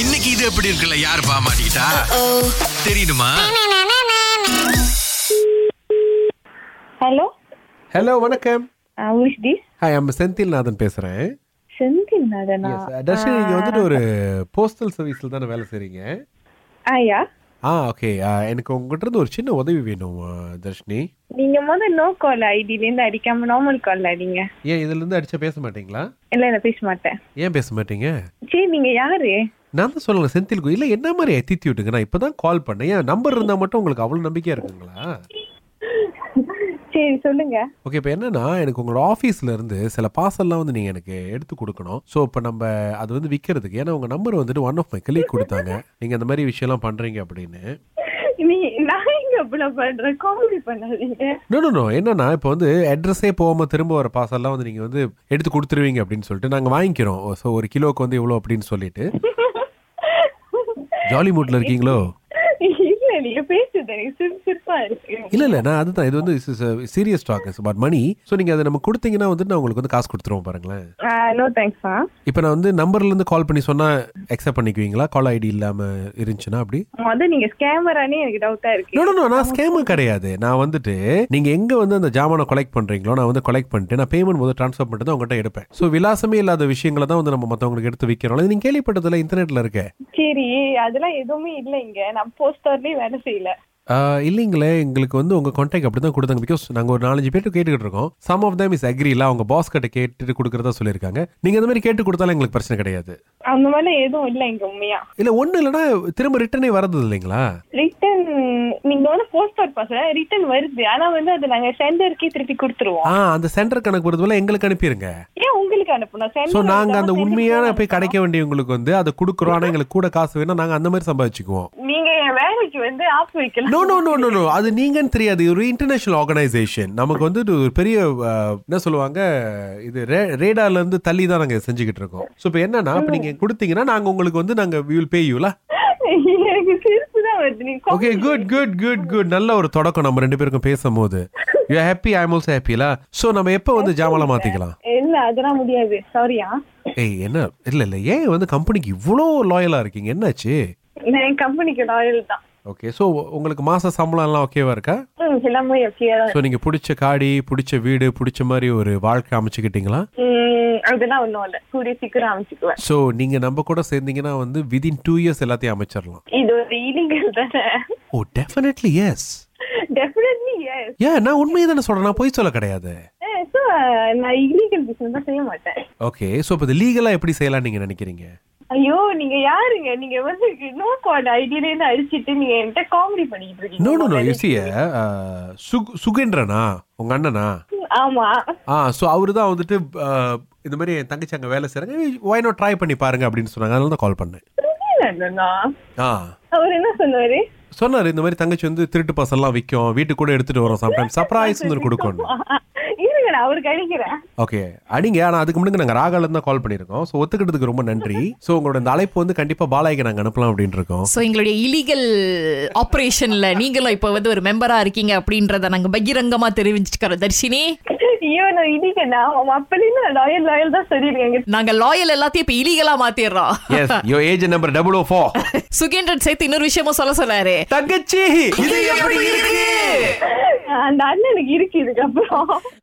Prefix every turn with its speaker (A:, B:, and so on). A: இன்னைக்கு இது எப்படி இருக்குல்ல யார் பாமாட்டா தெரியுமா
B: ஹலோ
C: ஹலோ வணக்கம்
B: விஷ் தி
C: ஹாய் நம்ம செந்தில்நாதன் பேசுறேன்
B: செந்தில் நாதனா
C: எஸ் தர்ஷன் நீங்க வந்துட்டு ஒரு போஸ்டல் சர்வீஸ்ல தானே வேலை செய்றீங்க
B: ஐயா
C: ஆ ஓகே எனக்கு உங்ககிட்ட இருந்து ஒரு சின்ன உதவி வேணும் ஆ, தர்ஷினி
B: நீங்க முத நோ கால் ஐடில இருந்து அடிக்காம நார்மல் கால் அடிங்க
C: ஏன் இதுல இருந்து அடிச்சா பேச மாட்டீங்களா
B: இல்ல நான் பேச மாட்டேன்
C: ஏன் பேச மாட்டீங்க
B: சரி நீங்க யாரு
C: நான் தான் சொல்லல செந்தில் கோ- இல்ல என்ன மாதிரி எத்தித்தி விட்டுங்க நான் இப்பதான் கால் பண்ணேன் ஏன் நம்பர் இருந்தா மட்டும் உங்களுக்கு அவ்வளவு நம்பிக்கையா இருக்குங்களா
B: சரி சொல்லுங்க
C: ஓகே இப்போ என்னன்னா எனக்கு உங்களோட ஆஃபீஸ்ல இருந்து சில பார்சல்லாம் வந்து நீங்க எனக்கு எடுத்து கொடுக்கணும் ஸோ இப்போ நம்ம அது வந்து விற்கிறதுக்கு ஏன்னா உங்க நம்பர் வந்துட்டு ஒன் ஆஃப் மை கிளிக் கொடுத்தாங்க நீங்க அந்த மாதிரி விஷயம்லாம் பண்றீங்க அப்படின்னு
B: நீ நான் எங்க இவ்வளவு பண்றேன் காமெடி பண்ணாதீங்க
C: நோ நோ நோ என்னன்னா இப்போ வந்து அட்ரஸே போகாம திரும்ப வர பாசெல்லாம் வந்து நீங்கள் வந்து எடுத்து கொடுத்துருவீங்க அப்படின்னு சொல்லிட்டு நாங்கள் வாங்கிக்கிறோம் ஸோ ஒரு கிலோவுக்கு வந்து இவ்வளோ அப்படின்னு சொல்லிட்டு ஜாலி மூட்டில் இருக்கீங்களோ
B: இல்ல நீங்க பேசுறது எனக்கு சிரிப்பு சிரிப்பா இருக்கு
C: இல்லை இல்லை நான் அதுதான் இது வந்து சீரியஸ் டாக் இஸ் பட் மணி ஸோ நீங்கள் அதை நம்ம கொடுத்தீங்கன்னா வந்து நான் உங்களுக்கு வந்து காசு கொடுத்துருவோம் பாருங்களேன்
B: நோ தேங்க்ஸ்
C: இப்போ நான் வந்து நம்பர்லேருந்து கால் பண்ணி சொன்னால் அக்செப்ட் பண்ணிக்குவீங்களா கால் ஐடி இல்லாமல் இருந்துச்சுன்னா அப்படி
B: முத நீங்க ஸ்கேமரானே எனக்கு டவுட்டா இருக்கு
C: நோ நோ நான் ஸ்கேமர் கிடையாது நான் வந்துட்டு நீங்க எங்க வந்து அந்த ஜாமானை கலெக்ட் பண்றீங்களோ நான் வந்து கலெக்ட் பண்ணிட்டு நான் பேமெண்ட் முதல் ட்ரான்ஸ்ஃபர் பண்ணிட்டு தான் உங்ககிட்ட எடுப்பேன் ஸோ விலாசமே இல்லாத விஷயங்களை தான் வந்து நம்ம மற்றவங்களுக்கு எடுத்து விற்கிறோம் இது நீங்க கேள்விப்பட்டதுல இன்டர்நெட்ல இருக்க
B: சரி அதெல்லாம் எதுவுமே இல்ல இங்க நான் போஸ்டர்லயும் வேலை செய்யல
C: ஆஹ், இல்லைங்களே எங்களுக்கு வந்து உங்க கான்டாக்ட் அப்படி தான் கொடுத்தாங்க பிகாஸ் நாங்க ஒரு நாலஞ்சு பேர்ட்டு கேட்டுக்கிட்டு இருக்கோம் some of them is agree இல்ல அவங்க பாஸ் கிட்ட கேட்டுட்டு கொடுக்கறதா சொல்லியிருக்காங்க நீங்க அந்த மாதிரி கேட்டு கொடுத்தாலும் எங்களுக்கு பிரச்சனை கிடையாது
B: அந்த மாதிரிலாம் எதுவும் இல்ல இங்க உண்மையா
C: இல்ல ஒண்ணு இல்லைன்னா திரும்ப ரிட்டர்னே வரது இல்லைங்களா
B: ரிட்டர்ன் நீங்க வந்து போஸ்ட் கார்ட் பாசல ரிட்டர்ன் வருது ஆனா வந்து அது நாங்க சென்டருக்கே திருப்பி கொடுத்துருவோம்
C: ஆ அந்த சென்டர் கணக்கு போகிறதுல எங்களுக்கு அனுப்பிடுங்க
B: ஏன் உங்களுக்கு அனுப்பணும்
C: ஸோ
B: sender
C: நாங்கள் அந்த
B: அனுப்பாம
C: உண்மையான
B: sender
C: போய் கிடைக்க வேண்டியவங்களுக்கு வந்து அதை கொடுக்குறோம் ஆனால் எங்களுக்கு கூட காசு வேணா நாங்கள் அந்த மாதிரி சம்பாதிச்சுக்குவோம்
B: நீங்க என் வேலைக்கு வந்து ஆஃப் வைக்கலாம்
C: no no no no no அது நீங்கன்னு தெரியாது இது ஒரு இன்டர்நேஷனல் ஆர்கனைசேஷன் நமக்கு வந்து இது ஒரு பெரிய அஹ், என்ன சொல்லுவாங்க இது ரே- ரேடார்ல இருந்து தள்ளி தான் நாங்கள் செஞ்சுக்கிட்டு இருக்கோம் ஸோ இப்போ என்னன்னா இப்போ நீங்கள் கொடுத்தீங்கன்னா நாங்கள் உங்களுக்கு வந்து நாங்கள் வில் பே யூலா
B: எனக்கு சிரிப்பு தான் வருது நீங்க
C: okay good good good good நல்ல ஒரு தொடக்கம் நம்ம ரெண்டு பேருக்கும் பேசும்போது யூ ஹாப்பி ஐ ஆல்சோ ஹாப்பிலா ஸோ நம்ம எப்போ வந்து ஜாமாலாம் மாற்றிக்கலாம்
B: இல்ல அதெல்லாம் முடியாது சாரியா
C: ஏய் என்ன இல்லை இல்லை ஏன் வந்து கம்பெனிக்கு இவ்வளோ லாயலாக இருக்கீங்க என்னாச்சு
B: நான் என் கம்பெனிக்கு லாயல் தான்
C: ஓகே ஸோ உங்களுக்கு மாச சம்பளம் எல்லாம் ஓகேவா இருக்கா
B: ம், எல்லாமே எப்படியா தான்
C: ஸோ நீங்க பிடிச்ச காடி பிடிச்ச வீடு பிடிச்ச மாதிரி ஒரு வாழ்க்கை அமைச்சுக்கிட்டீங்களா
B: ம், அதெல்லாம் ஒண்ணும் இல்ல கூடிய சீக்கிரம் அமைச்சுக்குவேன்
C: ஸோ நீங்க நம்ம கூட சேர்ந்தீங்கன்னா வந்து விதின் டூ இயர்ஸ் எல்லாத்தையும் அமைச்சிடலாம்
B: இது ஒரு இலிங்கல் தானே
C: oh definitely yes
B: definitely yes
C: ஏன் நான் உண்மையை தானே சொல்றேன் நான் பொய் சொல்ல கிடையாது
B: ஸோ uh, நான் இல்லீகல் பிசினஸ் தான் செய்ய மாட்டேன்
C: ஓகே ஸோ இப்போ இது லீகலாக எப்படி செய்யலாம் நீங்க நினைக்கிறீங்க
B: ஐயோ நீங்க யாருங்க நீங்க வந்து நோ கார்டு ஐடியில இருந்து அடிச்சிட்டு நீங்க என்கிட்ட காமெடி பண்ணிட்டு
C: நோ நோ நோ
B: இருக்கீங்க
C: யூசிய uh, சுகேந்திரனா உங்க அண்ணனா
B: ஆமா
C: ஆ ஸோ அவரு தான் வந்துட்டு அஹ், இந்த மாதிரி என் தங்கச்சி அங்கே வேலை செய்கிறாங்க why not ட்ரை பண்ணி பாருங்க அப்படின்னு சொன்னாங்க அதனால தான் கால் பண்ணேன்
B: புரியலண்ணா
C: ஆ
B: அவர் என்ன சொன்னாரு
C: சொன்னாரு இந்த மாதிரி தங்கச்சி வந்து திருட்டு பசல்லாம் விற்கும் வீட்டுக்கு கூட எடுத்துட்டு வரோம் சம்டைம் சர்ப்ரைஸ் வந்து கொடுக்கணும்
B: இருங்க நான் அவருக்கு அடிக்கிறேன்
C: ஓகே அடிங்க ஆனா அதுக்கு முன்னாடி நாங்க ராகால தான் கால் பண்ணிருக்கோம் ஸோ ஒத்துக்கிட்டதுக்கு ரொம்ப நன்றி ஸோ உங்களோட இந்த அழைப்பு வந்து கண்டிப்பா பாலாய்க்கு நாங்க அனுப்பலாம் அப்படின்னு இருக்கோம்
D: சோ எங்களுடைய இலீகல் ஆபரேஷன்ல நீங்களும் இப்ப வந்து ஒரு மெம்பரா இருக்கீங்க அப்படின்றத நாங்க பகிரங்கமா தெரிவிச்சிருக்கிறோம் தர்ஷினி
B: ஐயோ நான் இடிக்கண்ணா அவன் அப்பலேருந்து நான் லாயல் லாயல் தான் சொல்லியிருக்கேங்க
D: நாங்க லாயல் எல்லாத்தையும் இப்ப இலீகலா மாத்திடுறோம்
C: yes your age number double O four
D: Sugendran சேர்த்து இன்னொரு விஷயமும் சொல்ல சொன்னாரு
C: தங்கச்சி இது எப்படி இருக்கு
B: அந்த அண்ணனுக்கு இருக்கு இதுக்கப்புறம்